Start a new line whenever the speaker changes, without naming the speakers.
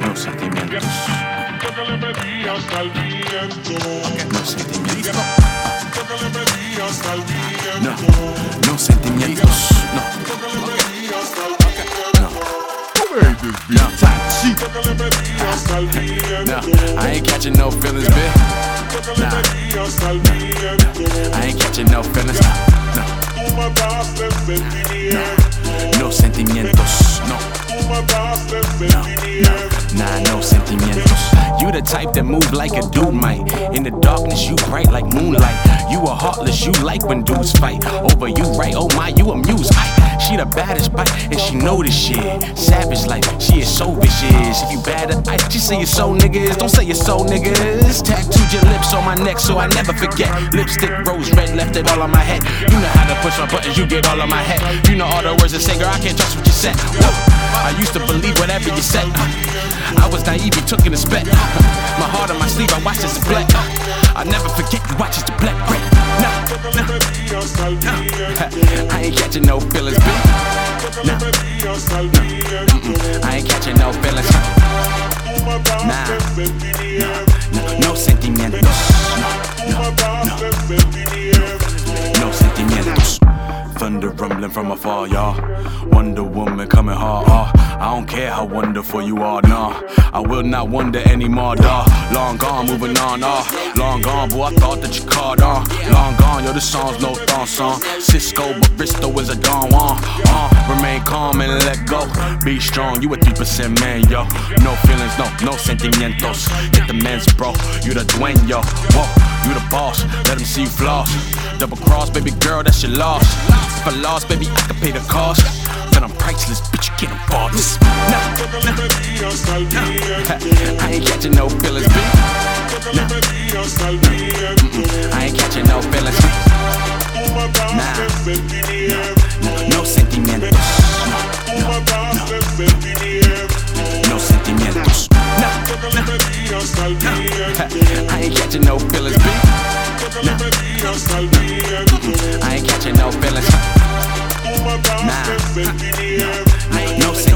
Los sentimientos. Los sentimientos. No, no sentimientos. No. No, no, type shit. No, I ain't catching no feelings, bitch. I ain't catching no feelings. No, no sentimientos. No, nah, no sentimientos. You the type that move like a dude might. In the darkness, you bright like moonlight. You a heartless, you like when dudes fight. Over you, right? Oh my, you amuse. I, she the baddest bite, and she know this shit. Savage like she is so vicious. If you bad at ice, she say you so niggas. Don't say you so niggas. Tattooed your lips on my neck so I never forget. Lipstick rose red, left it all on my head. You know how to push my buttons, you gave all of my head. You know all the words that say, girl, I can't trust what you said. Whoa. I used to believe whatever you said. I was naive, you took in a spec. My heart on my sleeve, I watched as a black. I never forget you watch as the black break. Nah, nah. I ain't catching no feelings, bitch. Nah, mm-mm. I ain't catching no feelings. Nah, no sentimientos. No, no, no. No sentimientos. Thunder rumbling from afar, y'all. Wonder Woman coming hard, ah. I don't care how wonderful you are, nah. I will not wonder anymore, dawg. Long gone, moving on, ah. Long gone, boy, I thought that you called on. Long gone, yo, this song's no thong song. Cisco, but Bristol is a don one. Uh, remain calm and let go. Be strong, you a 3% man, yo. No feelings, no, no sentimientos. Get the men's, bro. You the dueño, whoa. You the boss, let them see you floss. Double cross, baby girl, that's your loss. If I lost, baby, I could pay the cost. But I'm priceless, bitch, you can't afford this. Nah, nah, nah. I ain't catching no feelings, bitch. Nah, mm-mm. I ain't catching no feelings. Nah, no sentimientos. No sentimientos. Nah, nah. I ain't catching no feelings, bitch. Nah, I ain't catching no feelings. Nah, no sentimientos.